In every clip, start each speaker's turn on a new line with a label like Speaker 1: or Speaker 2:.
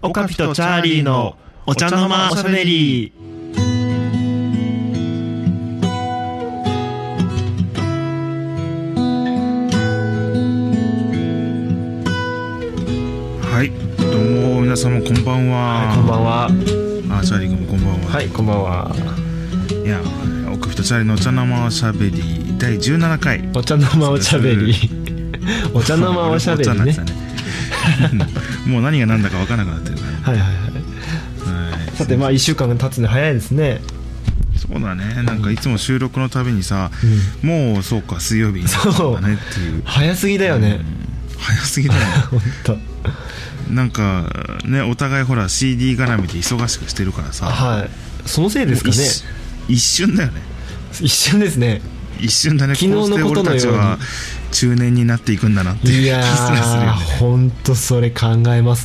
Speaker 1: オカピとチャーリーのお茶の間おしゃべり。
Speaker 2: はいどうも皆様こんばんは、
Speaker 1: こんばんは。
Speaker 2: あチャーリー君もこんばんは、
Speaker 1: はい、こんばんは。
Speaker 2: い、やオクフとチャーリーのお茶の間おしゃべり第17回
Speaker 1: お茶の間おしゃべり。お茶の間おしゃべりね。
Speaker 2: お茶になってたね もう何が何だか分からなくなってるか
Speaker 1: はいはいはい。
Speaker 2: ら、はい、
Speaker 1: さて、まあ、一週間経つの早いですね。
Speaker 2: そうだねなんかいつも収録のたびにさ、もうそうか水曜日になったんだねっていう
Speaker 1: 早すぎだよね。
Speaker 2: 早すぎだよね
Speaker 1: 本当。
Speaker 2: なんかねお互いほら CD 絡みで忙しくしてるからさ
Speaker 1: はい。そのせいですかね。
Speaker 2: 一一瞬だよね
Speaker 1: 一瞬ですね。
Speaker 2: 一瞬だね
Speaker 1: 昨日の
Speaker 2: こうして
Speaker 1: ことのよ
Speaker 2: 俺
Speaker 1: うに
Speaker 2: たちは中年になっていくんだなって
Speaker 1: い
Speaker 2: いう
Speaker 1: や
Speaker 2: 気すらするよ
Speaker 1: ー、本当それ考えます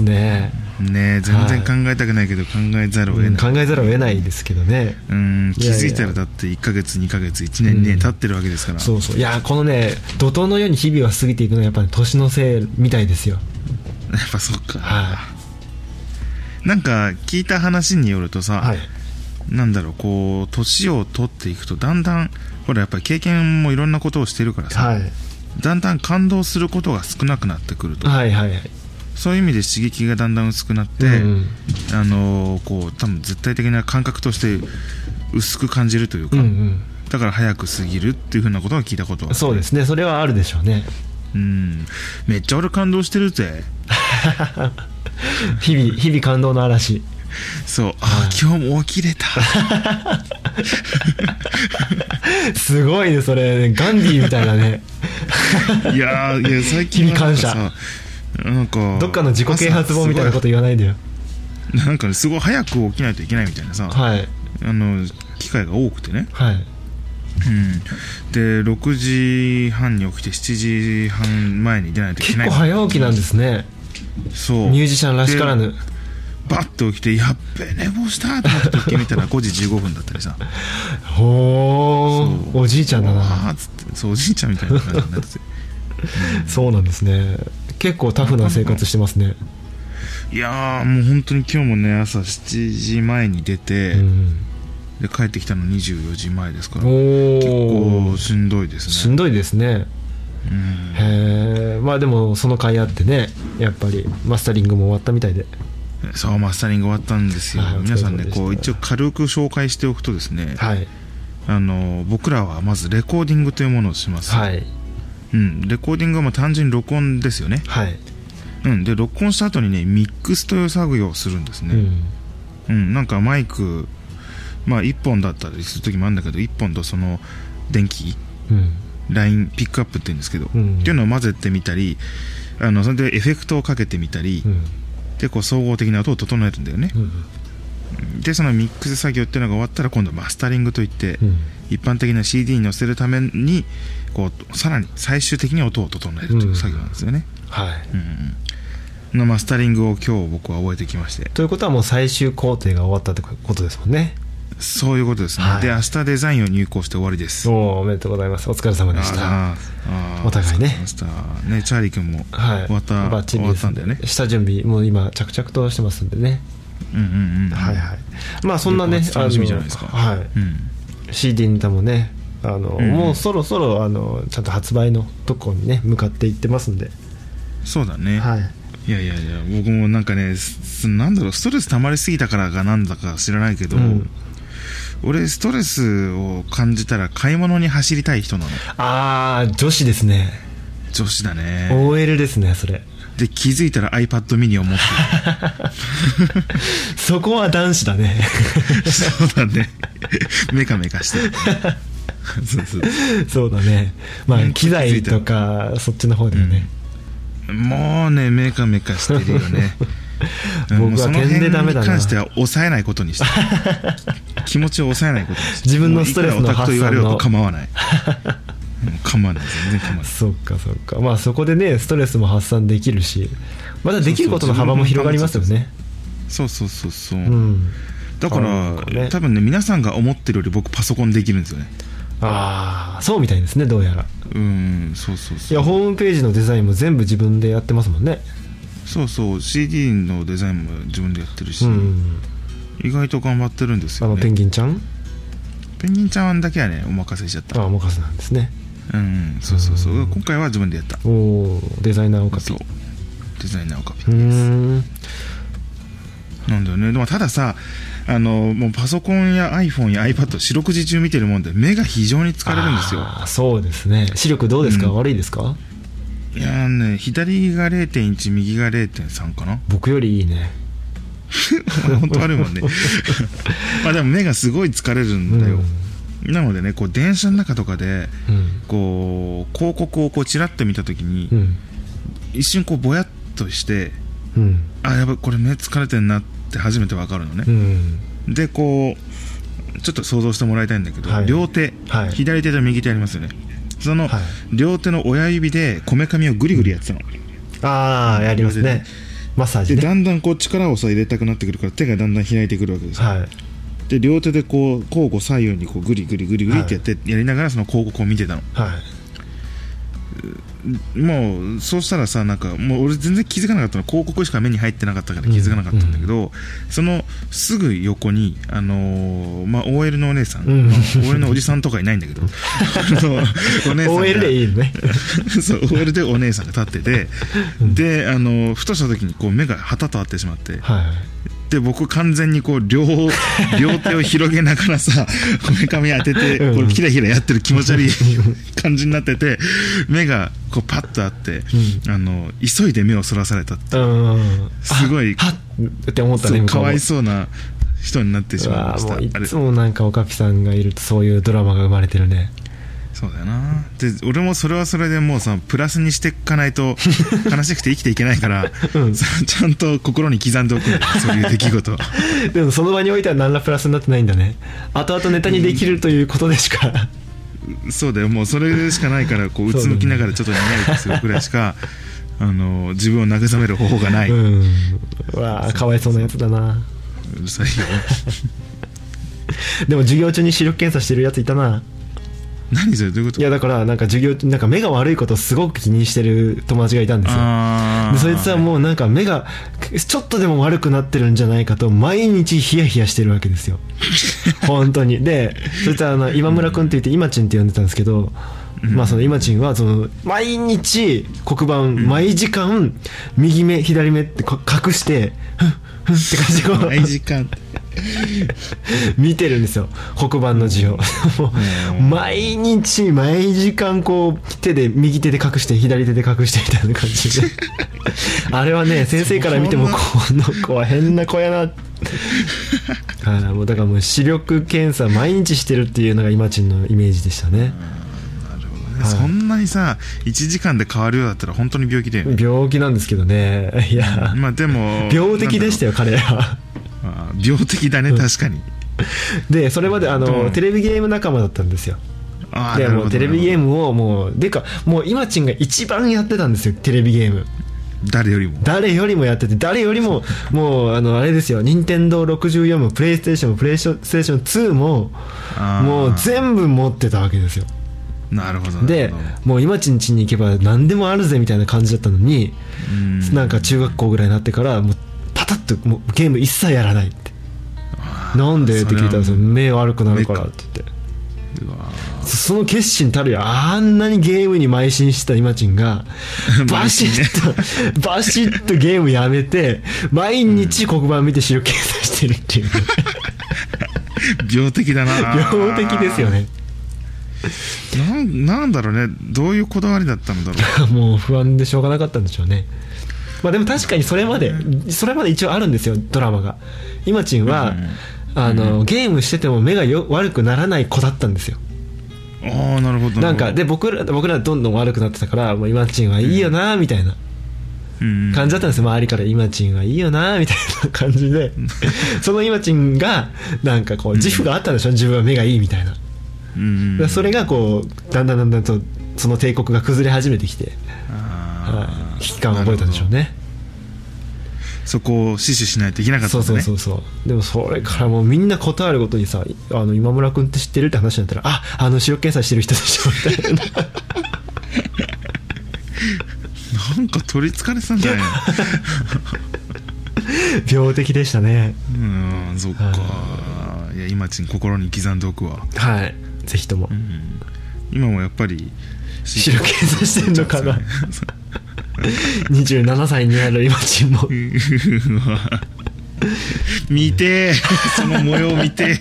Speaker 2: ね
Speaker 1: ね。
Speaker 2: ねえ全然考えたくないけど考えざるを
Speaker 1: う
Speaker 2: 得
Speaker 1: ん
Speaker 2: ない
Speaker 1: 考えざるを得ないですけどね。
Speaker 2: うん
Speaker 1: い
Speaker 2: 気
Speaker 1: やいや
Speaker 2: づいたらだって1ヶ月2ヶ月1年
Speaker 1: う
Speaker 2: ね
Speaker 1: ん
Speaker 2: 経ってるわけですから
Speaker 1: そうそう。いやー、このね、怒涛のように日々は過ぎていくのはやっぱり年のせいみたいですよ。
Speaker 2: やっぱそっか
Speaker 1: はい。
Speaker 2: なんか聞いた話によるとさ
Speaker 1: はい。
Speaker 2: なんだろうこう年を取っていくとだんだんほらやっぱり経験もいろんなことをしてるからさ
Speaker 1: はい。
Speaker 2: だんだん感動することが少なくなってくると
Speaker 1: はいはいはい。
Speaker 2: そういう意味で刺激がだんだん薄くなって、
Speaker 1: うん
Speaker 2: あのーこう多分絶対的な感覚として薄く感じるという
Speaker 1: う
Speaker 2: か、
Speaker 1: んうん
Speaker 2: だから早く過ぎるっていうふうなことは聞いたことは
Speaker 1: そうですねそれはあるでしょうね
Speaker 2: うんめっちゃ俺感動してるぜ
Speaker 1: 日々日々感動の嵐
Speaker 2: そうあー、今日も起きれた
Speaker 1: すごいねそれガンディーみたいなね
Speaker 2: いやーいや最近はなんかさなんか
Speaker 1: どっかの自己啓発本みたいなこと言わないでよ
Speaker 2: 朝すごいなんかねすごい早く起きないといけないみたいなさ、
Speaker 1: はい
Speaker 2: あの機会が多くてね
Speaker 1: はい
Speaker 2: うん、で6時半に起きて7時半前に出ないといけ
Speaker 1: 結
Speaker 2: ない
Speaker 1: 構早起きなんですね
Speaker 2: そう
Speaker 1: ミュージシャンらしからぬ
Speaker 2: でバッと起きてやっべ寝坊したと思って時計見たら 5時15分だったりさ
Speaker 1: ほ
Speaker 2: そ
Speaker 1: ーおじいちゃんだな
Speaker 2: あーっつってそうおじいちゃんみたいな感じになってて
Speaker 1: そうなんですね結構タフな生活してますね
Speaker 2: いやーもう本当に今日もね朝7時前に出て、
Speaker 1: うん
Speaker 2: で帰ってきたの24時前ですから結
Speaker 1: お
Speaker 2: 構
Speaker 1: お
Speaker 2: しんどいですね
Speaker 1: しんどいですね
Speaker 2: うん
Speaker 1: へえまあでもその甲斐あってねやっぱりマスタリングも終わったみたいで
Speaker 2: そうマスタリング終わったんですよ
Speaker 1: はいお疲れ様
Speaker 2: 皆さんね
Speaker 1: でした
Speaker 2: こう一応軽く紹介しておくとですね、
Speaker 1: はい
Speaker 2: あの僕らはまずレコーディングというものをします、
Speaker 1: はい
Speaker 2: うん、レコーディングはまあ単純に録音ですよね、
Speaker 1: はい、
Speaker 2: うん、で録音した後にねミックスという作業をするんです
Speaker 1: う
Speaker 2: ね、
Speaker 1: ん
Speaker 2: うんなんかマイク、まあ、1本だったりする時もあるんだけど1本とその電気
Speaker 1: うん
Speaker 2: ラインピックアップって言うんですけど、
Speaker 1: うん
Speaker 2: っていうのを混ぜてみたりあのそれでエフェクトをかけてみたり、
Speaker 1: うん
Speaker 2: でこう総合的な音を整えるんだよね
Speaker 1: う、ん
Speaker 2: でそのミックス作業っていうのが終わったら今度マスタリングといって、
Speaker 1: うん
Speaker 2: 一般的な CD に載せるためにこうさらに最終的に音を整えるという作業なんですよね、
Speaker 1: はい
Speaker 2: うんうんのマスタリングを今日僕は覚えてきまして
Speaker 1: ということはもう最終工程が終わったってことですもんね
Speaker 2: そういうことですね、
Speaker 1: はい
Speaker 2: で明日デザインを入稿して終わりです
Speaker 1: おおおめでとうございますお疲れ様でした
Speaker 2: あーあー
Speaker 1: お互いね
Speaker 2: そうでしたねチャーリー君も
Speaker 1: はい
Speaker 2: 終わった、
Speaker 1: バッチ
Speaker 2: 終
Speaker 1: リ
Speaker 2: わ
Speaker 1: で
Speaker 2: った
Speaker 1: す
Speaker 2: んだよね
Speaker 1: 下準備もう今着々としてますんでね、
Speaker 2: うんうんうん
Speaker 1: はいはいまあそんなね
Speaker 2: 旅行楽しみじゃないですか
Speaker 1: あのはい
Speaker 2: うん、
Speaker 1: CD ネタもねあの、
Speaker 2: うん
Speaker 1: もうそろそろあのちゃんと発売のとこにね向かっていってますんで、
Speaker 2: そうだね、
Speaker 1: はい、
Speaker 2: い、やいやいや僕もなんかねすなんだろうストレス溜まりすぎたからがなんだか知らないけど、
Speaker 1: うん
Speaker 2: 俺ストレスを感じたら買い物に走りたい人なの
Speaker 1: ああ女子ですね
Speaker 2: 女子だね
Speaker 1: OL ですねそれ
Speaker 2: で気づいたら iPad mini を持って
Speaker 1: そこは男子だね
Speaker 2: る そうだねメカメカしてるそうそう
Speaker 1: そうだねま
Speaker 2: う
Speaker 1: あ
Speaker 2: ん
Speaker 1: 機材とかそっちの方だよね、
Speaker 2: もうねメカメカしてるよねうんもう
Speaker 1: 僕は
Speaker 2: その
Speaker 1: 点でダメ
Speaker 2: 辺
Speaker 1: だな
Speaker 2: に関しては抑えないことにした気持ちを抑えないことにした
Speaker 1: 自分のストレスの
Speaker 2: もういくらオタクと言われようと
Speaker 1: 発散
Speaker 2: 構わないうん構わない全然構わない
Speaker 1: そっかそっかまあそこでねストレスも発散できるしまたできることの幅も広がりますよね
Speaker 2: そうそうそうそう、
Speaker 1: うん
Speaker 2: だか
Speaker 1: あ
Speaker 2: ら
Speaker 1: なんかね
Speaker 2: 多分ね皆さんが思ってるより僕パソコンできるんですよね
Speaker 1: ああそうみたいですねどうやら
Speaker 2: うんそうそう
Speaker 1: い
Speaker 2: そう
Speaker 1: やホームページのデザインも全部自分でやってますもんね
Speaker 2: そうそう CD のデザインも自分でやってるし、
Speaker 1: うんうん
Speaker 2: 意外と頑張ってるんです
Speaker 1: あ
Speaker 2: よ、
Speaker 1: の
Speaker 2: ね、
Speaker 1: ペンギンちゃん
Speaker 2: ペンギンちゃんだけはねお任せしちゃっ
Speaker 1: あ
Speaker 2: た
Speaker 1: あ任せなんですね
Speaker 2: うんうんそうそうそう
Speaker 1: うん
Speaker 2: 今回は自分でやった
Speaker 1: おおデザイナーおかぴ
Speaker 2: そうデザイナーをカピ
Speaker 1: うーん
Speaker 2: なんだよねでもたださあのもうパソコンや iPhone や iPad 四六時中見てるもんで目が非常に疲れるんですよ
Speaker 1: あーそうですね視力どうですか、
Speaker 2: うん
Speaker 1: 悪いですか
Speaker 2: いやーね左が0.1右が0.3かな
Speaker 1: 僕よりいいね
Speaker 2: 本当悪いもん ねまあでも目がすごい疲れるんだよ、なのでねこう電車の中とかで
Speaker 1: うん
Speaker 2: こう広告をこうちらっと見た時に、
Speaker 1: うん
Speaker 2: 一瞬こうぼやっとして
Speaker 1: うん
Speaker 2: あやばいこれ目疲れてんなって初めてわかるの
Speaker 1: う
Speaker 2: ね、
Speaker 1: ん
Speaker 2: でこうちょっと想像してもらいたいんだけど、
Speaker 1: はい
Speaker 2: 両手、
Speaker 1: はい
Speaker 2: 左手と右手ありますよねその
Speaker 1: はい
Speaker 2: 両手の親指でこめかみをぐりぐりやってたの、
Speaker 1: ああやりますねマッサージ
Speaker 2: で
Speaker 1: ね
Speaker 2: だんだんこう力をさ入れたくなってくるから手がだんだん開いてくるわけですよ、
Speaker 1: はい
Speaker 2: で両手でこう交互左右にこうぐりぐりぐりぐりってやって、やりながらその広告を見てたの
Speaker 1: はい
Speaker 2: もうそうしたらさなんかもう俺全然気づかなかったの広告しか目に入ってなかったから気づかなかったんだけど、そのすぐ横にあのーまあ OL のお姉さん、
Speaker 1: うん
Speaker 2: まあ OL のおじさんとかいないん だけどあのお姉さんが
Speaker 1: OL でいいね
Speaker 2: そう OL でお姉さんが立ってて、であのーふとした時にこう目が旗と合ってしまって
Speaker 1: は
Speaker 2: で僕完全にこう両 両手を広げながらさこめかみ当てて
Speaker 1: うん
Speaker 2: これキラキラやってる気持ち悪い感じになってて目がこうパッとあって、あの急いで目をそらされたって
Speaker 1: いうん
Speaker 2: すごい
Speaker 1: はっって思ったね
Speaker 2: そう
Speaker 1: 向こ
Speaker 2: か
Speaker 1: うも
Speaker 2: わいそうな人になってし
Speaker 1: う
Speaker 2: まい
Speaker 1: わ
Speaker 2: ま
Speaker 1: あ
Speaker 2: した
Speaker 1: もうい
Speaker 2: あれ
Speaker 1: つもなんかおかぴさんがいるとそういうドラマが生まれてるね
Speaker 2: そうだよなで俺もそれはそれでもうさプラスにしていかない と悲しくて生きていけないから、
Speaker 1: うん
Speaker 2: さちゃんと心に刻んでおくんだよそういう出来事は
Speaker 1: でもその場においては何らプラスになってないんだね後々ネタにできるということでしか
Speaker 2: そうだよもうそれしかないからこうう
Speaker 1: そうだ
Speaker 2: つ
Speaker 1: ね
Speaker 2: むきながらちょっとにやりとするくらいし かあの自分を慰める方法がない、
Speaker 1: う
Speaker 2: うん
Speaker 1: うわあかわいそうなやつだな
Speaker 2: るさいよ
Speaker 1: でも授業中に視力検査してるやついたな
Speaker 2: 何それどういうこ
Speaker 1: い
Speaker 2: と
Speaker 1: やだからなんか授業なんか目が悪いことをすごく気にしてる友達がいたんですよ
Speaker 2: あ
Speaker 1: で
Speaker 2: あ
Speaker 1: そいつはもうなんか目がちょっとでも悪くなってるんじゃないかと毎日ヒヤヒヤしてるわけ ですよ本当にでそいつはあの今村君って言って今ちんって呼んでたんですけど、まあその今ちんはその毎日黒板毎時間右目左目ってこ隠してふんふんって感じでこう
Speaker 2: 毎時間
Speaker 1: 見てるんですよ黒板の字を もう毎日毎時間こう手で右手で隠して左手で隠してみたいな感 じであれはね先生から見てもこの子は変な子やなあーもうだからもう視力検査毎日してるっていうのが今ちんのイメージでしたねはい
Speaker 2: そんなにさ1時間で変わるようだったら本当に病気だよね、
Speaker 1: 病気なんですけどねいや
Speaker 2: まあでも
Speaker 1: 病的でした
Speaker 2: よ
Speaker 1: よ彼は
Speaker 2: 病的だね確かに、
Speaker 1: でそれまであ
Speaker 2: う
Speaker 1: の
Speaker 2: ん
Speaker 1: テレビゲーム仲間だったんですよ
Speaker 2: ああ
Speaker 1: でもうテレビゲー
Speaker 2: ム
Speaker 1: ムをもうでかもう今ちんが一番やってたんですよテレビゲーム
Speaker 2: 誰よりも
Speaker 1: 誰よりもやってて誰よりももうあのあれですよ任天堂64もプレイステーションもプレイステーション2も
Speaker 2: あー
Speaker 1: もう全部持ってたわけですよ
Speaker 2: なるほど
Speaker 1: でもう今ちんちに行けば何でもあるぜみたいな感じだったのに
Speaker 2: な
Speaker 1: なんか中学校ぐらいになってからもうパタッともうゲーム一切やらないってなんでって聞いたんですよ目悪くなるからって言ってその決心たるやあんなにゲームに邁進してた今ちん がバ
Speaker 2: 邁
Speaker 1: シ
Speaker 2: 進ね
Speaker 1: ッ と、バシッとゲームやめて毎日黒板見て視力検査してるっていう、
Speaker 2: 病的だな
Speaker 1: 病的ですよね
Speaker 2: なんなんだろうねどういうこだわりだったんだろう
Speaker 1: もう不安でしょうがなかったんでしょうねまあでも確かにそれまでそれまで一応あるんですよドラマが今ちんは、あのゲームしてても目がよ悪くならない子だったんですよ
Speaker 2: ああなるほど
Speaker 1: なんかで僕ら僕らどんどん悪くなってたからもう今ちんはいいよなみたいな、
Speaker 2: うん
Speaker 1: 感じだったんですよ周りから「今ちんはいいよな」みたいな感じでその今ちんがなんかこう自負があったんでしょ自分は目がいいみたいな、
Speaker 2: うん
Speaker 1: それがこうだんだんだんだんとその帝国が崩れ始めてきて、
Speaker 2: あ
Speaker 1: は
Speaker 2: ー
Speaker 1: い危機感を覚えたんでしょうね
Speaker 2: そこを死守しないといけなかった
Speaker 1: そ
Speaker 2: んだ
Speaker 1: う
Speaker 2: ね
Speaker 1: そうそうそうでもそれからもうみんな断るごとにさ「あの今村君って知ってる?」って話になったら「あ あの視力検査してる人でしょ」みたいな
Speaker 2: なんか取りつかれてたんじゃないの
Speaker 1: 病的でしたね
Speaker 2: うーんそっかいや今ちに心に刻んでおくわ、
Speaker 1: はいぜひとも
Speaker 2: うん、今もやっぱり
Speaker 1: 白検査してんのかな
Speaker 2: そう
Speaker 1: 27歳になる今ちんも
Speaker 2: うわ 見 てえその模様見てえ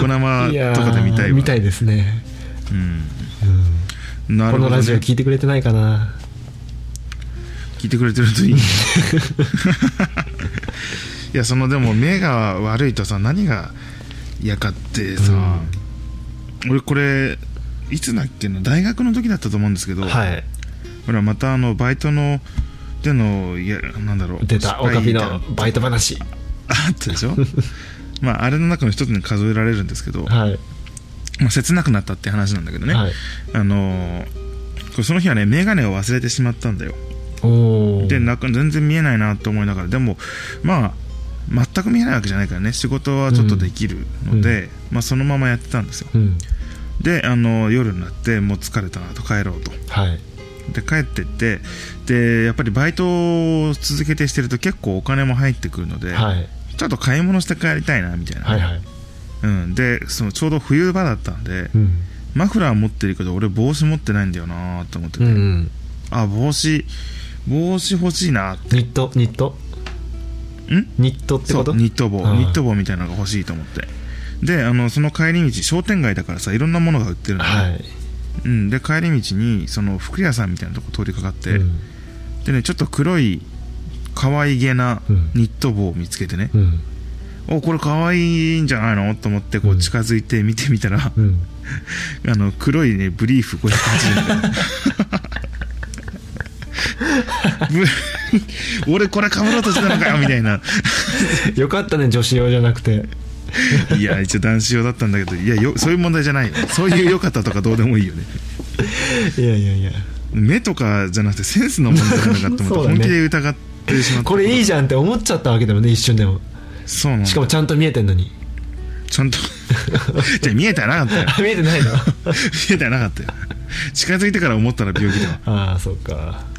Speaker 2: ニコ生
Speaker 1: いやー
Speaker 2: とかで見たいわ
Speaker 1: 見たいですね、
Speaker 2: うん
Speaker 1: うん
Speaker 2: なる
Speaker 1: こ
Speaker 2: ほど、ね、
Speaker 1: のラジオ聞いてくれてないかな
Speaker 2: 聞いてくれてるといいね いやそのでも目が悪いとさ何が嫌かってさ、俺これいつだっけな大学の時だったと思うんですけど、
Speaker 1: はい
Speaker 2: ほらまたあのバイトのでのいやなんだろう
Speaker 1: 出
Speaker 2: 失
Speaker 1: たオ
Speaker 2: 敗
Speaker 1: カピ
Speaker 2: みたいな
Speaker 1: のバイト話
Speaker 2: あったでし ょまああれの中の一つに数えられるんですけど、ま
Speaker 1: はい、
Speaker 2: あ、切なくなったって話なんだけどね、
Speaker 1: はい
Speaker 2: あのーこれその日はね眼鏡を忘れてしまったんだよ
Speaker 1: おお
Speaker 2: でなんか全然見えないなと思いながらでもまあ全く見えないわけじゃないからね仕事はちょっとできるので、まあ、そのままやってたんですよ
Speaker 1: うん
Speaker 2: であの夜になってもう疲れたなと帰ろうと
Speaker 1: はい
Speaker 2: で帰ってってでやっぱりバイトを続けてしてると結構お金も入ってくるので、
Speaker 1: はい
Speaker 2: ちょっと買い物して帰りたいなみたいな、
Speaker 1: はいはい
Speaker 2: うん、でそのちょうど冬場だったんで、
Speaker 1: うん
Speaker 2: マフラー持ってるけど俺帽子持ってないんだよなと思ってて、
Speaker 1: うん
Speaker 2: あ帽子帽子欲しいな
Speaker 1: ニットニット
Speaker 2: ん
Speaker 1: ニットって
Speaker 2: そ
Speaker 1: こ
Speaker 2: う
Speaker 1: と
Speaker 2: ニット帽
Speaker 1: あー
Speaker 2: ニット帽みたいなのが欲しいと思ってであのその帰り道商店街だからさいろんなものが売ってるのね、
Speaker 1: はい
Speaker 2: うん、で帰り道にその服屋さんみたいなとこ通りかかって、
Speaker 1: うん
Speaker 2: でねちょっと黒い可愛げな
Speaker 1: うん
Speaker 2: ニット帽を見つけてね
Speaker 1: う、ん
Speaker 2: おこれ可愛いんじゃないのと思ってこ
Speaker 1: う
Speaker 2: うん近づいて見てみたら、
Speaker 1: うん
Speaker 2: あの黒いねブリーフ580円ブ俺これかぶろうとしたのかよみたいな
Speaker 1: よかったね女子用じゃなくて
Speaker 2: いや一応男子用だったんだけどいやよそういう問題じゃないよそういう良かったとかどうでもいいよね
Speaker 1: いやいやいや
Speaker 2: 目とかじゃなくてセンスの問題なのかと
Speaker 1: そ
Speaker 2: 思って
Speaker 1: うだね
Speaker 2: 本気で疑ってしまった
Speaker 1: これいいじゃんって思っちゃったわけでもね一瞬でも
Speaker 2: そうなんだ
Speaker 1: しかもちゃんと見えてんのに
Speaker 2: ちゃんと じゃあ見えてなかったよ
Speaker 1: あ見えてないの
Speaker 2: 見えてなかったよ近づいてから思ったら病気だわ
Speaker 1: ああそっか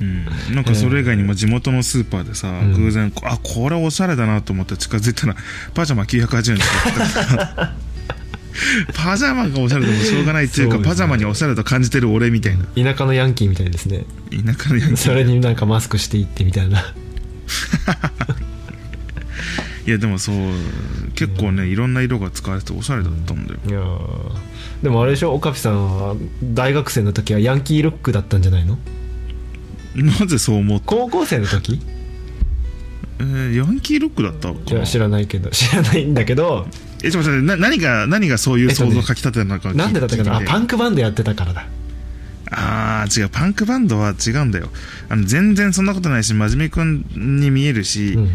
Speaker 2: うん、なんかそれ以外にも地元のスーパーでさ、
Speaker 1: ん
Speaker 2: 偶然こあこれおしゃれだなと思って近づいたらパジャマ980円とか言ってた パジャマがおしゃれでもしょうがないっていうか
Speaker 1: そうですね
Speaker 2: パジャマにおしゃれと感じてる俺みたいな
Speaker 1: 田舎のヤンキーみたいですね
Speaker 2: 田舎のやつ
Speaker 1: それになんかマスクしていってみたいない
Speaker 2: やでもそう結構ねいろんな色が使われてておしゃれだったんだよ
Speaker 1: いやーでもあれでしょオカピさんは大学生の時はヤンキールックだったんじゃないの
Speaker 2: なぜそう思った、
Speaker 1: 高校生の時
Speaker 2: えーヤンキーロックだった
Speaker 1: い
Speaker 2: か
Speaker 1: や
Speaker 2: な
Speaker 1: 知らないけど 知らないんだけど
Speaker 2: えちょっと待ってな何が何がそういう想像をかきたてたのか
Speaker 1: なんでだったかなあパ
Speaker 2: ン
Speaker 1: ンクバンドやってたからだ
Speaker 2: あー違うパンクバンドは違うんだよあの全然そんなことないし真面目くんに見えるし、
Speaker 1: うん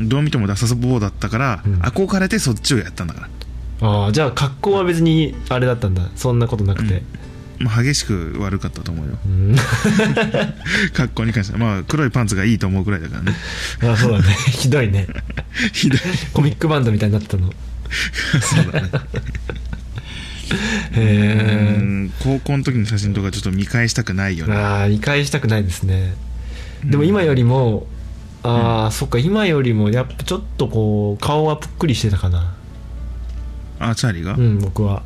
Speaker 2: どう見てもダサそうだったから、
Speaker 1: うん
Speaker 2: 憧れてそっちをやったんだから、
Speaker 1: ああじゃあ格好は別にあれだったんだそんなことなくて
Speaker 2: まあ、激しく悪かったと思うよ
Speaker 1: うん
Speaker 2: 格好に関してはまあ黒いパンツがいいと思うくらいだからね
Speaker 1: あそうだね ひどいね
Speaker 2: ひどい
Speaker 1: コミックバンドみたいになってたのへ
Speaker 2: そうだねう
Speaker 1: え
Speaker 2: ん高校の時の写真とかちょっと見返したくないよね
Speaker 1: ああ見返したくないですねでも今よりもああ、そっか今よりもやっぱちょっとこう顔はぷっくりしてたかな
Speaker 2: あチャーリーが
Speaker 1: う
Speaker 2: うん
Speaker 1: 僕は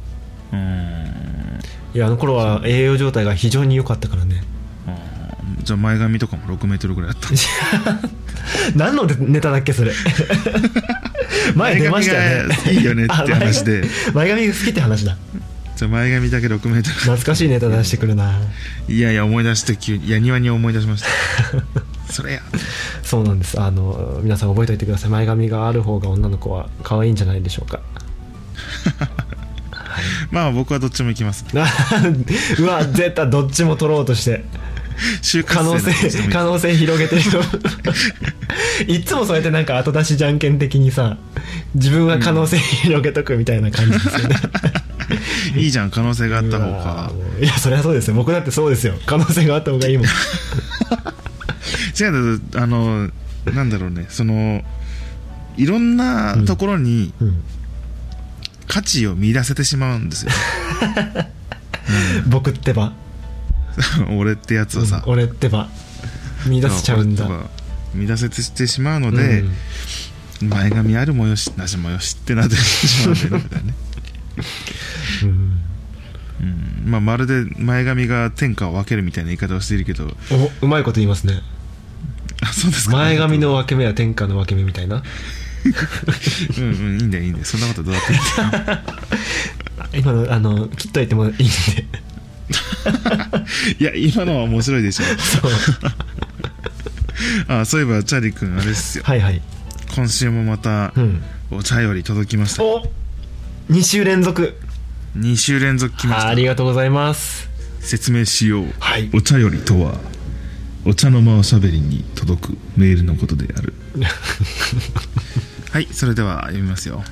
Speaker 2: ーん
Speaker 1: いやあの頃は栄養状態が非常に良かったからね
Speaker 2: あーじゃあ前髪とかも6メートルぐらいあった
Speaker 1: 何のネタだっけ それ前出ましたよ
Speaker 2: 前髪が
Speaker 1: ね
Speaker 2: いいよねって話で
Speaker 1: あ前髪前髪が好きって話だ
Speaker 2: じゃあ前髪だけ6メート
Speaker 1: 懐かしいネタ出してくるな
Speaker 2: ルいやいや思い出して急にいや庭に思い出しましたそれや
Speaker 1: そうなんですあの皆さん覚えておいてください前髪がある方が女の子は可愛いんじゃないでしょうか
Speaker 2: まあ僕はどっちも行きます
Speaker 1: うわ絶対どっちも取ろうとして
Speaker 2: 就活
Speaker 1: 可
Speaker 2: 生
Speaker 1: 能
Speaker 2: の
Speaker 1: 性
Speaker 2: 話でもいい
Speaker 1: 可能性広げてる よいっつもそうやってなんか後出しじゃんけん的にさ自分は可能性広げとくみたいな感じですよね、
Speaker 2: いいじゃん可能性があった方
Speaker 1: うわ
Speaker 2: が
Speaker 1: ーもういやそりゃそうですよ僕だってそうですよ可能性があった方がいいもん
Speaker 2: 違うんだあのなんだろうねそのいろんなところに
Speaker 1: うん
Speaker 2: 価値を見出せてしまうんですよ、
Speaker 1: 僕ってば
Speaker 2: 俺ってやつをさ、
Speaker 1: 俺ってば見出せちゃうんだ
Speaker 2: 俺とか乱せてしてしまうので、前髪あるもよしなしもよしってなってしまうんだよねみたいなね、
Speaker 1: うんうん
Speaker 2: うんまあ、まるで前髪が天下を分けるみたいな言い方をしているけど
Speaker 1: おうまいこと言いますね
Speaker 2: あそうですか
Speaker 1: 前髪の分け目は天下の分け目みたいな
Speaker 2: うんうんいいんだよいいんだよそんなことどうだっていい んだよ
Speaker 1: 今のあの切っといてもい いんで
Speaker 2: いや今のは面白いでしょ
Speaker 1: そう
Speaker 2: あそういえばチャーリー君あれですよ
Speaker 1: はいはい
Speaker 2: 今週もまた
Speaker 1: うん
Speaker 2: お茶より届きました
Speaker 1: お2週連続
Speaker 2: 2週連続来まし
Speaker 1: あ
Speaker 2: た
Speaker 1: りがとうございます
Speaker 2: 説明しよう、
Speaker 1: はい
Speaker 2: お茶よりとはお茶の間おしゃべりに届くメールのことであ るはいそれでは読みますよ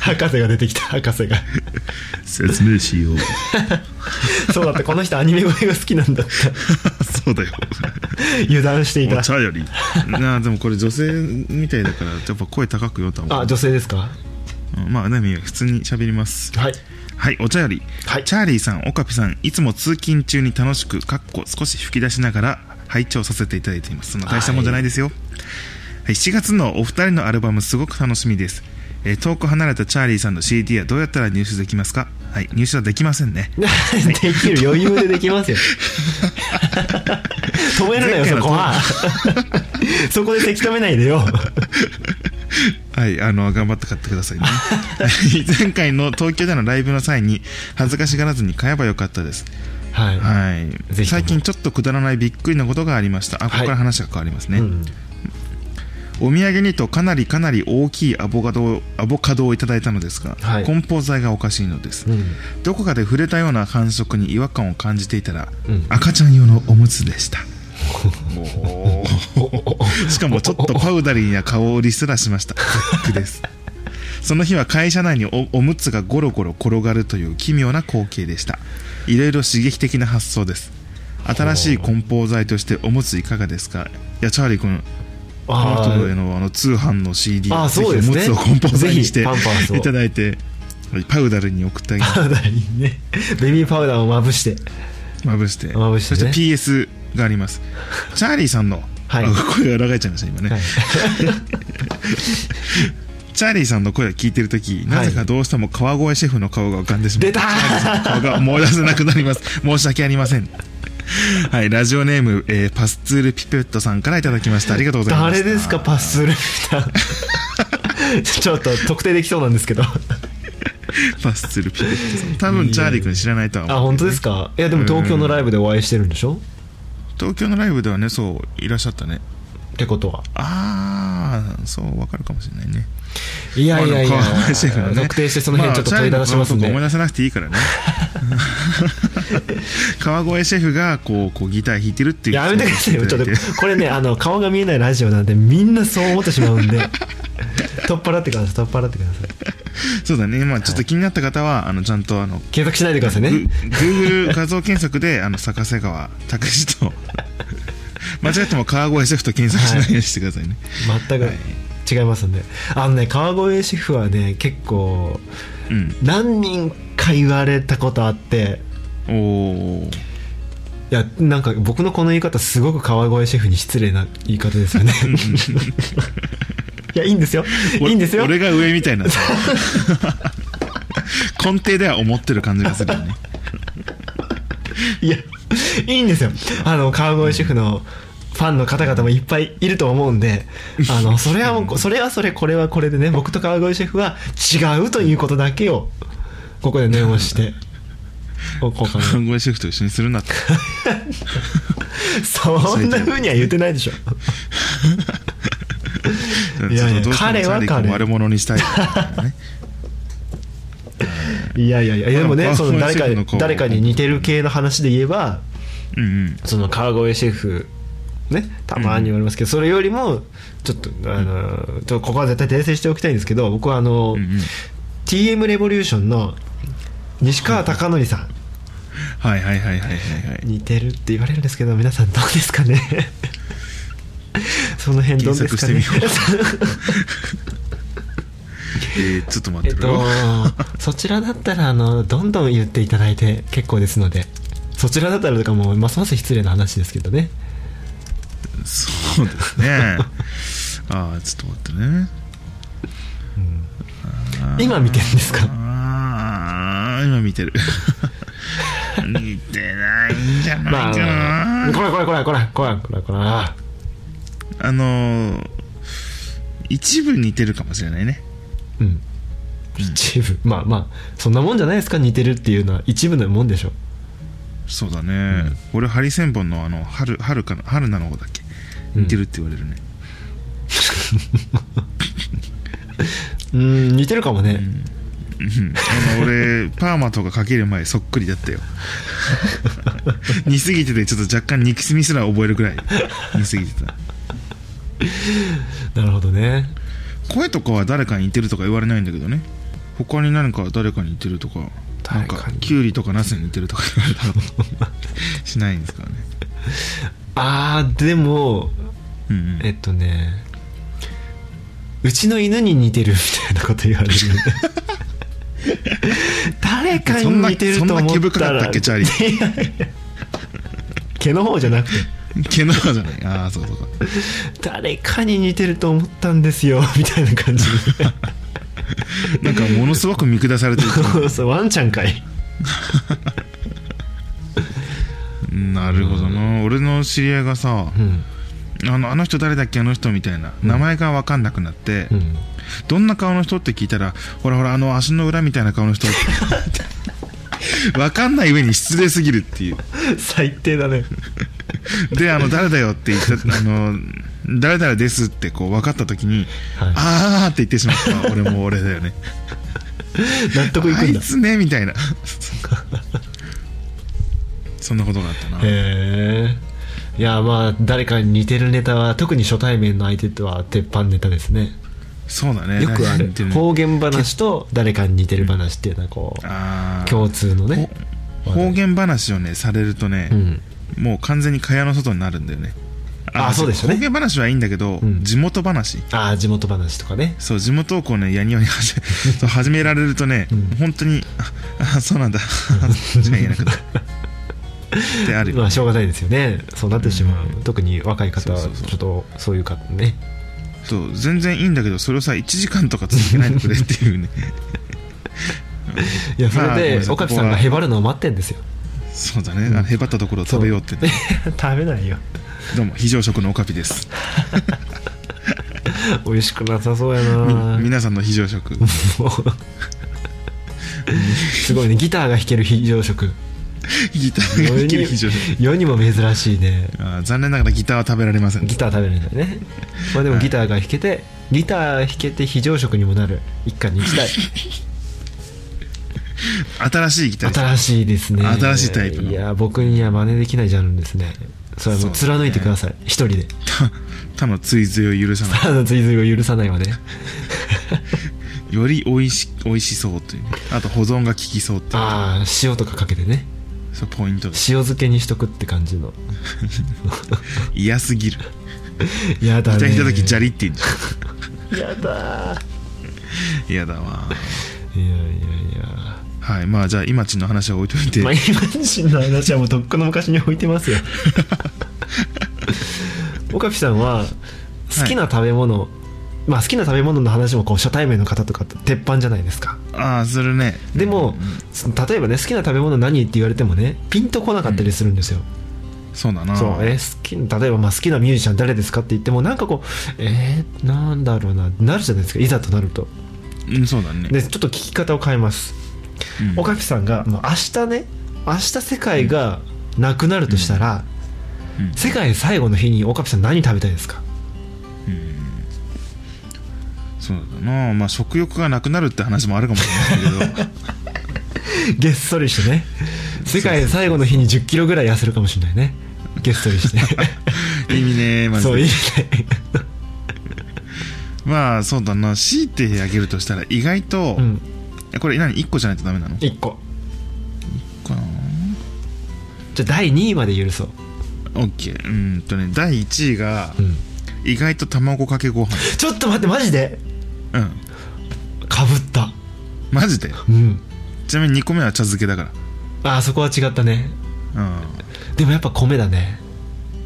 Speaker 1: 博士が出てきた博士 が
Speaker 2: 説明しよう
Speaker 1: そうだったこの人アニメ声が好きなんだった
Speaker 2: そうだよ
Speaker 1: 油断していた
Speaker 2: お茶よりなあでもこれ女性みたいだからやっぱ声高く読んだ
Speaker 1: あ
Speaker 2: 方が
Speaker 1: 女性ですか
Speaker 2: うんまあねみゆ普通に喋ります
Speaker 1: はい
Speaker 2: はいお茶より、
Speaker 1: はい
Speaker 2: チャーリーさんオカピさんいつも通勤中に楽しくかっこ少し吹き出しながら拝聴させていただいていますそんな大したもんじゃないですよ、はい、7月のお二人のアルバムすごく楽しみです、えー遠く離れたチャーリーさんの CD はどうやったら入手できますかはい入手はできませんね
Speaker 1: できる余裕でできます よ止めるなよ
Speaker 2: 前回
Speaker 1: そ
Speaker 2: の
Speaker 1: こは そこでせき止めないでよ
Speaker 2: はい、あの、頑張って買ってくださいね。 前回の東京でのライブの際に、恥ずかしがらずに買えばよかったです。
Speaker 1: はい、
Speaker 2: はい。
Speaker 1: ぜひとも
Speaker 2: 最近ちょっとくだらないびっくりなことがありました。あ、ここから話が変わりますね。
Speaker 1: うん、
Speaker 2: お土産にとかなりかなり大きいアボカドをアボカドをいただいたのですが、
Speaker 1: はい
Speaker 2: 梱包材がおかしいのです、
Speaker 1: うん
Speaker 2: どこかで触れたような感触に違和感を感じていたら、
Speaker 1: うん
Speaker 2: 赤ちゃん用のおむつでした しかもちょっとパウダリーな香りすらしました絶句ですその日は会社内におおむつがゴロゴロ転がるという奇妙な光景でしたいろいろ刺激的な発想です新しい梱包材としておむついかがですかいやチャーリー君ハ
Speaker 1: あ
Speaker 2: ートウェイ
Speaker 1: ー
Speaker 2: のあの通販の CD
Speaker 1: あーそうですね
Speaker 2: ぜひおむつを梱包材にして
Speaker 1: ぜひパンパンスを
Speaker 2: いただいてパウダルに送ってあげ
Speaker 1: パウダーにねベビーパウダーをまぶして
Speaker 2: まぶして
Speaker 1: まぶしてね
Speaker 2: そして PS がありますチャーリーさんの、
Speaker 1: は
Speaker 2: あ
Speaker 1: い
Speaker 2: 声が裏返っちゃいました今ね、
Speaker 1: はい
Speaker 2: チャーリーさんの声を聞いてるときなぜかどうしても川越シェフの顔が浮かんでしまう
Speaker 1: 出たー
Speaker 2: 顔が思い出せなくなります申し訳ありませんはいラジオネーム、えーパスツールピペットさんからいただきましたありがとうございます
Speaker 1: 誰ですかパスするみたいな ちょっと特定できそうなんですけど
Speaker 2: パスツールピペットさん多分チャーリー君知らないとは思う
Speaker 1: あ本当ですかいやでも東京のライブでお会いしてるんでしょ
Speaker 2: 東京のライブではねそういらっしゃったね
Speaker 1: ってことは
Speaker 2: ああそうわかるかもしれないね
Speaker 1: いやいやいや
Speaker 2: まあでも川越シェフのね
Speaker 1: 特定してその辺ちょっと問いただします
Speaker 2: あチャーリーのこのと
Speaker 1: ん
Speaker 2: こ
Speaker 1: で、
Speaker 2: 思い出さなくていいから ね川越シェフがこうこうギター弾いてるっていう
Speaker 1: やめてくださいよちょっと
Speaker 2: いただいて
Speaker 1: これねあの顔が見えないラジオなんでみんなそう思ってしまうんで 取っ払ってください取っ払ってください
Speaker 2: そうだねまあちょっと気になった方は、あのちゃんとあの
Speaker 1: 検索しないでくださいね
Speaker 2: グ Google 画像検索であの坂瀬川拓司と 間違っても川越シェフと検索しないようにしてくださいね、
Speaker 1: 全く違いますんであのね川越シェフはね結構
Speaker 2: うん
Speaker 1: 何人か言われたことあって
Speaker 2: おお
Speaker 1: いやなんか僕のこの言い方すごく川越シェフに失礼な 言い方ですよねいやいいんですよいいんですよ
Speaker 2: 俺が上みた いなさ根底では思ってる感じがするよね
Speaker 1: いや、いいんですよ。あの、川越シェフのファンの方々もいっぱいいると思うんで、あの、それはもう、それはそれ、これはこれでね、僕と川越シェフは違うということだけを、ここで念を して、お交換
Speaker 2: 看護師シェフと一緒にするなって
Speaker 1: そんな風には言ってないでしょ。いやいや
Speaker 2: ちょっとどうしても
Speaker 1: 彼は
Speaker 2: チャーリー君
Speaker 1: 彼
Speaker 2: 悪者にしたいみたいな ね
Speaker 1: いやいやいや、いやでもね、その誰かに、誰かに似てる系の話で言えば、
Speaker 2: うんうん
Speaker 1: その川越シェフねたまに言われますけど、それよりもちょっとあのちょっとここは絶対訂正しておきたいんですけど僕はあの、
Speaker 2: うんうん
Speaker 1: TM レボリューションの西川貴教さん
Speaker 2: はいはいはいはいはいはい
Speaker 1: 似てるって言われるんですけど皆さんどうですかね その辺どうですかね
Speaker 2: 検索してみよえー、ちょっと待
Speaker 1: え
Speaker 2: っ
Speaker 1: って
Speaker 2: くれよ、
Speaker 1: とそちらだったらあのどんどん言っていただいて結構ですのでそちらだったらとかもうますます失礼な話ですけどね
Speaker 2: そうですねああちょっと待ってねあー
Speaker 1: 今見てるんですか
Speaker 2: ああ今見てる 見てないんじゃない
Speaker 1: まあ
Speaker 2: かな、
Speaker 1: まあこらこらこらこらこらこらこら
Speaker 2: あのー一部似てるかもしれないね
Speaker 1: うん一部まあまあそんなもんじゃないですか似てるっていうのは一部のもんでしょ
Speaker 2: そうだね、俺ハリセンボンのあの春春かな春菜の方だっけ
Speaker 1: うん
Speaker 2: 似てるって言われるね、
Speaker 1: うん似てるかもね、
Speaker 2: うんあの俺パーマとかかける前そっくりだった よ似すぎててちょっと若干憎みすら覚えるぐらい似すぎてた
Speaker 1: なるほどね
Speaker 2: 声とかは誰かに似てるとか言われないんだけどね他に何か誰かに似てるとかな
Speaker 1: 誰
Speaker 2: ん
Speaker 1: かに
Speaker 2: かキュウリとかナスに似てるとか言われたら しないんですからね
Speaker 1: あーでも
Speaker 2: うんうん
Speaker 1: えっとねうちの犬に似てるみたいなこ と言われる誰かに似てると思
Speaker 2: そんな
Speaker 1: ったら
Speaker 2: そんな毛深かったっけチャーリー
Speaker 1: いやいや毛の方じゃなくて
Speaker 2: 毛の歯じゃないああそうそうそう
Speaker 1: 誰かに似てると思ったんですよみたいな感じで
Speaker 2: なんかものすごく見下されてる
Speaker 1: そうそうワンちゃんかい
Speaker 2: なるほどな、俺の知り合いがさ、
Speaker 1: うん
Speaker 2: あのあの人誰だっけあの人みたいな名前が分かんなくなって、
Speaker 1: うん
Speaker 2: どんな顔の人って聞いたらほらほらあの足の裏みたいな顔の 人って分かんない上に失礼すぎるっていう
Speaker 1: 最低だね
Speaker 2: であの誰だよって言ったあの誰々ですってこう分かった時に、
Speaker 1: はい
Speaker 2: ああって言ってしまった俺も俺だよね
Speaker 1: 納得い
Speaker 2: あ
Speaker 1: くん
Speaker 2: い
Speaker 1: だ
Speaker 2: つねみ たいなそんなことがあったな
Speaker 1: へえいやまあ誰かに似てるネタは特に初対面の相手とは鉄板ネタですね
Speaker 2: そうだね
Speaker 1: よくあ
Speaker 2: 何
Speaker 1: る
Speaker 2: 言っての
Speaker 1: 方言話と誰かに似てる話っていうのはこう
Speaker 2: あー
Speaker 1: 共通のね
Speaker 2: ほ方言話をねされるとね、
Speaker 1: うん
Speaker 2: もう完全に蚊帳の外になるんだよね
Speaker 1: あそうでしょうね
Speaker 2: 方言話はいいんだけど、
Speaker 1: ん
Speaker 2: 地元話
Speaker 1: ああ地元話とかね
Speaker 2: そう地元をこうねやにわに始め そう始められるとね、本当にああそうなん だしか言えなくなるってあるよ、
Speaker 1: まあしょうがないですよねそうなってしまう、特に若い方は
Speaker 2: そうそうそう
Speaker 1: ちょっとそういう方ね
Speaker 2: そう全然いいんだけどそれをさ1時間とか続けないでくれっていうね
Speaker 1: いやそ
Speaker 2: まあごめん
Speaker 1: れ
Speaker 2: な
Speaker 1: で
Speaker 2: さい
Speaker 1: 岡木さん
Speaker 2: ここ
Speaker 1: が
Speaker 2: は
Speaker 1: へばるのを待ってんですよ
Speaker 2: そうだね、あのへばったところを食べようって
Speaker 1: そう 食べないよ
Speaker 2: どうも非常食のオカピです
Speaker 1: 美味しくなさそうや
Speaker 2: み
Speaker 1: な
Speaker 2: 皆さんの非常食
Speaker 1: もうすごいねギターが弾ける非 常食
Speaker 2: ギターが
Speaker 1: 世
Speaker 2: できる
Speaker 1: に
Speaker 2: 非常食
Speaker 1: 世にも珍しいね
Speaker 2: あー残念ながらギターは食べられません
Speaker 1: ギター食べるんだよねまあでもギターが弾けて、ギター弾けて非常食にもなる一家に行きた い
Speaker 2: 新しいギターです
Speaker 1: 新しいですね
Speaker 2: 新しいタイプの
Speaker 1: いや僕には真似できないジャンルですねそれはもう貫いてください一、人で
Speaker 2: 他 他の追随を許さない
Speaker 1: あの追随を許さないまで
Speaker 2: より美味し美味しそうというねあと保存が効きそうっていう
Speaker 1: ああ塩とかかけてね
Speaker 2: そうポイント です
Speaker 1: 塩漬けにしとくって感じの
Speaker 2: 嫌すぎる
Speaker 1: やだ
Speaker 2: ギタ
Speaker 1: ね
Speaker 2: ー弾いた時ジャリって言うんじ
Speaker 1: やだ
Speaker 2: ゃ ん嫌だわ
Speaker 1: いやいやいや
Speaker 2: はいまあじゃあ今ちの話は置いといて、
Speaker 1: まあ今自身の話はもうとっくの昔に置いてます よ岡ピさんは好きな食べ物、まあ好きな食べ物の話もこう初対面の方とかって鉄板じゃないですか
Speaker 2: ああするね
Speaker 1: でも、その例えばね好きな食べ物何って言われてもねピンとこなかったりするんですよ、
Speaker 2: そうだな
Speaker 1: そうえー好き例えばまあ好きなミュージシャン誰ですかって言ってもなんかこうえー、なんだろうななるじゃないですかいざとなると
Speaker 2: うんそうだね
Speaker 1: でちょっと聞き方を変えます
Speaker 2: うん
Speaker 1: おかぴさんが、まあ、明日ね明日世界がなくなるとしたら、
Speaker 2: うん
Speaker 1: 世界最後の日におかぴさん何食べたいですか
Speaker 2: そうだなまあ食欲がなくなるって話もあるかもしれないけど
Speaker 1: げっそりしてね世界最後の日に1 0キロぐらい痩せるかもしれないねげっそりして
Speaker 2: 意味ねま
Speaker 1: そういいね
Speaker 2: まあそうだな強いてあげるとしたら意外と、
Speaker 1: うん
Speaker 2: えこれ何1個じゃないとダメなの
Speaker 1: 1個
Speaker 2: かな
Speaker 1: じゃあ第2位まで許そう、
Speaker 2: オッケーうーんとね第1位が
Speaker 1: うん、
Speaker 2: 意外と卵かけご飯
Speaker 1: ちょっと待ってマジで
Speaker 2: うん
Speaker 1: かぶった
Speaker 2: マジで
Speaker 1: うん
Speaker 2: ちなみに2個目は茶漬けだから
Speaker 1: あーそこは違ったね
Speaker 2: うん
Speaker 1: でもやっぱ米だね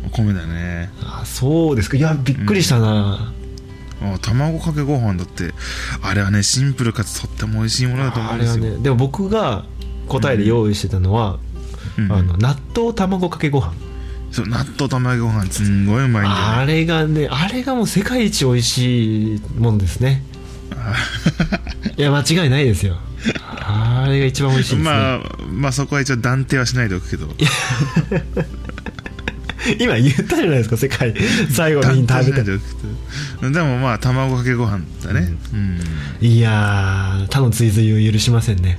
Speaker 2: お米だね
Speaker 1: あそうですかいやびっくりしたな、
Speaker 2: あ卵かけご飯だってあれはねシンプルかつとっても美味しいものだと思う
Speaker 1: あ
Speaker 2: んで
Speaker 1: れは
Speaker 2: すよ、
Speaker 1: ねでも僕が答えで用意してたのは、
Speaker 2: うん
Speaker 1: あの納豆卵かけご飯
Speaker 2: そう納豆卵ご飯すんごいうまいんだよね
Speaker 1: あれがねあれがもう世界一美味しいもんで すねいや間違いないですよあれが一番美味しいです、ね
Speaker 2: まあまあそこは一応断定はしないでおくけど
Speaker 1: 今言ったじゃないですか世界最後の日
Speaker 2: 断定はし
Speaker 1: に食
Speaker 2: ない
Speaker 1: べ
Speaker 2: で
Speaker 1: た
Speaker 2: おくけどでもまあ卵かけご飯だねうん、
Speaker 1: いやー他の追随を許しませんね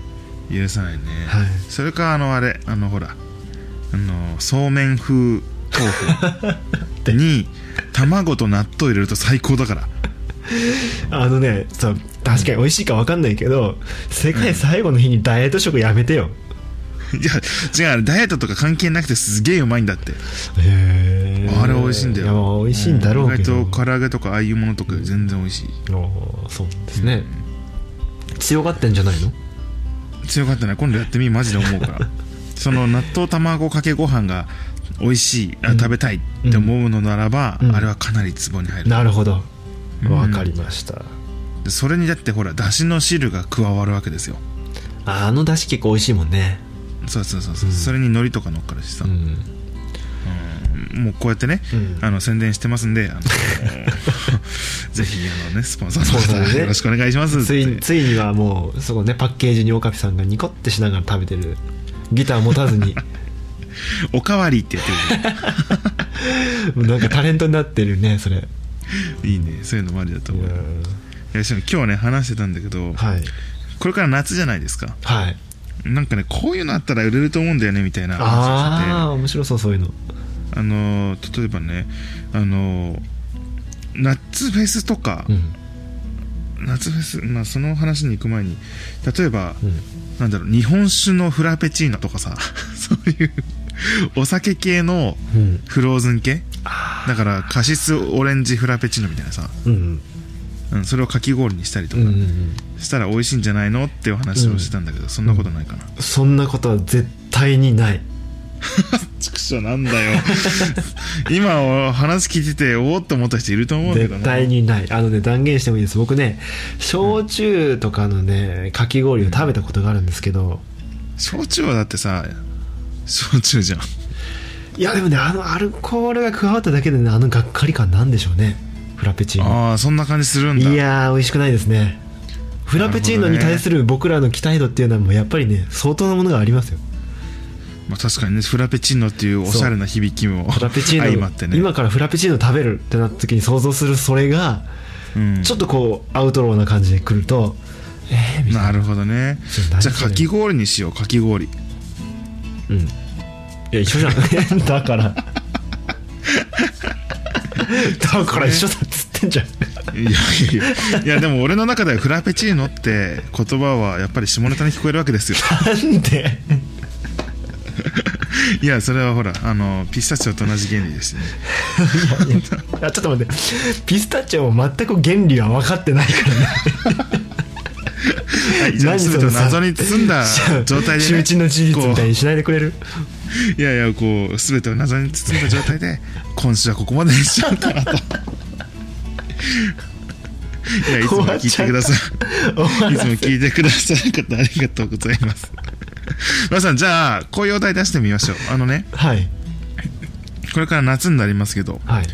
Speaker 2: 許さないね、
Speaker 1: はい
Speaker 2: それかあのあれあのほらあのそうめん風 豆腐に卵と納豆入れると最高だから
Speaker 1: あのねそう確かに美味しいか分かんないけど世界最後の日にダイエット食やめてよ、
Speaker 2: いや違うダイエットとか関係なくてすげえうまいんだって
Speaker 1: へー
Speaker 2: あれ美味しいんだよ
Speaker 1: やまあ美味しいんだろうけど、
Speaker 2: 意外と唐揚げとかああいうものとかより全然美味しい
Speaker 1: ああそうですね、強がってんじゃないの
Speaker 2: 強かったな今度やってみマジで思う からその納豆卵かけご飯が美味しいあ食べたいって思うのならば、
Speaker 1: うん
Speaker 2: あれはかなりツボに入る、
Speaker 1: なるほど
Speaker 2: うん
Speaker 1: わかりました、
Speaker 2: でそれにだってほらだしの汁が加わるわけですよ
Speaker 1: あの出汁結構美味しいもんね
Speaker 2: そうそうそうそう、それに海苔とか乗っかるしさ、
Speaker 1: うん
Speaker 2: もうこうやってね、
Speaker 1: うん
Speaker 2: あの宣伝してますんであの ぜひあのねスポンサーの
Speaker 1: スポンサー
Speaker 2: 方
Speaker 1: でね
Speaker 2: よろしくお願いします
Speaker 1: つ
Speaker 2: って
Speaker 1: いついにはもうそこねパッケージにオカピさんがニコってしながら食べてるギター持た ずに
Speaker 2: おかわりってやって
Speaker 1: もうなんかタレントになってるねそれ
Speaker 2: るいいねそういうのもありだと思うよいやしかも今日ね話してたんだけど
Speaker 1: はい
Speaker 2: これから夏じゃないですか
Speaker 1: はい
Speaker 2: なんかねこういうのあったら売れると思うんだよねみたいな
Speaker 1: あ
Speaker 2: 話を
Speaker 1: あ面白そうそういうの
Speaker 2: しててあの例えばねあのナッツフェスとか、
Speaker 1: うん
Speaker 2: ナッツフェス、まあ、その話に行く前に例えば、
Speaker 1: うん
Speaker 2: なんだろう日本酒のフラペチーノとか さそういうお酒系の
Speaker 1: うん
Speaker 2: フローズン系
Speaker 1: あ
Speaker 2: だからカシスオレンジフラペチーノみたいなさ、
Speaker 1: あうん
Speaker 2: うん、それをかき氷にしたりと
Speaker 1: う
Speaker 2: か
Speaker 1: んうんうん
Speaker 2: したら美味しいんじゃないのっていう話をしてたんだけど、そんなことないかな、
Speaker 1: そんなことは絶対にない
Speaker 2: ちくしょうなんだよ 今お話聞いてておおっと思った人いると思うんだけど
Speaker 1: 絶
Speaker 2: な
Speaker 1: 対にないあのね断言してもいいです僕ね焼酎とかのねかき氷を食べたことがあるんですけど、
Speaker 2: 焼酎はだってさ焼酎じゃん
Speaker 1: いやでもねあのアルコールが加わっただけでねあのがっかり感なんでしょうねフラペチーノ
Speaker 2: ああそんな感じするんだ
Speaker 1: いやー美味しくないですねフラペチーノに対する僕らの期待度っていうのはもうやっぱりね相当なものがありますよ
Speaker 2: まあ、確かにねフラペチーノっていうおしゃれな響きも
Speaker 1: フラペチ
Speaker 2: 相
Speaker 1: ーノ、
Speaker 2: まってね
Speaker 1: 今からフラペチーノ食べるってなった時に想像するそれが
Speaker 2: うん
Speaker 1: ちょっとこうアウトローな感じで来るとえー、みたいな
Speaker 2: なるほどね
Speaker 1: そう何
Speaker 2: じゃあ
Speaker 1: それ
Speaker 2: かき氷にしようかき氷
Speaker 1: うんいや一緒じ ゃんだからだから一緒だっつってんじゃん
Speaker 2: いやいやいやいやでも俺の中ではフラペチーノって言葉はやっぱり下ネタに聞こえるわけですよ
Speaker 1: なんで
Speaker 2: いやそれはほらあのピスタチオと同じ原理ですね
Speaker 1: あちょっと待ってピスタチオも全く原理は分かってないからね
Speaker 2: はい、じゃあ
Speaker 1: 何そ
Speaker 2: 全
Speaker 1: の
Speaker 2: てを謎に包んだ状態で、ね、
Speaker 1: 周知の事実みたい
Speaker 2: こ
Speaker 1: にしないでくれる
Speaker 2: ういやいやこう全てを謎に包んだ状態で今週はここまでにしようか なといやいつも聞いてくださ
Speaker 1: 終わっちゃった
Speaker 2: いいつも聞いてくださる方ありがとうございます皆さんじゃあこういうお題出してみましょうあのね
Speaker 1: はい
Speaker 2: これから夏になりますけど
Speaker 1: はい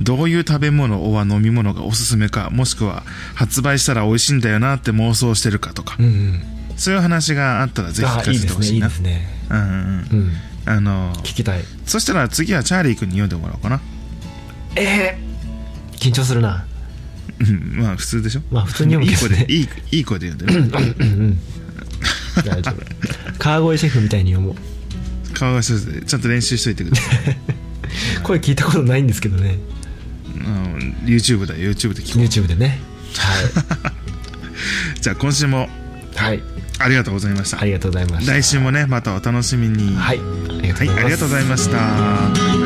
Speaker 2: どういう食べ物は飲み物がおすすめかもしくは発売したら美味しいんだよなって妄想してるかとか、
Speaker 1: うんうん
Speaker 2: そういう話があったらぜひ聞
Speaker 1: あ
Speaker 2: か
Speaker 1: いい
Speaker 2: せ
Speaker 1: で
Speaker 2: て
Speaker 1: す
Speaker 2: ほ
Speaker 1: ね
Speaker 2: し
Speaker 1: い
Speaker 2: い
Speaker 1: い
Speaker 2: な
Speaker 1: ですね
Speaker 2: うんうんうん
Speaker 1: うん
Speaker 2: あの
Speaker 1: 聞きたい
Speaker 2: そしたら次はチャーリー君に読んでもらおうかな
Speaker 1: えー、緊張するな
Speaker 2: うんまあ普通でしょ
Speaker 1: まあ普通に読むけどね
Speaker 2: いい声でいいいい声で読 んでる
Speaker 1: 大 丈夫川越シェフみたいに読もう
Speaker 2: 顔が一つでちゃんと練習しといてください、
Speaker 1: 声聞いたことないんですけどね
Speaker 2: うん、YouTube だよ YouTube で聞こ
Speaker 1: YouTube でね
Speaker 2: うじゃあ今週も
Speaker 1: はい、はい、
Speaker 2: ありがとうございました、
Speaker 1: ありがとうございました
Speaker 2: 来週もねまたお楽しみに
Speaker 1: はいありがとうございます、
Speaker 2: はい、ありがとうございました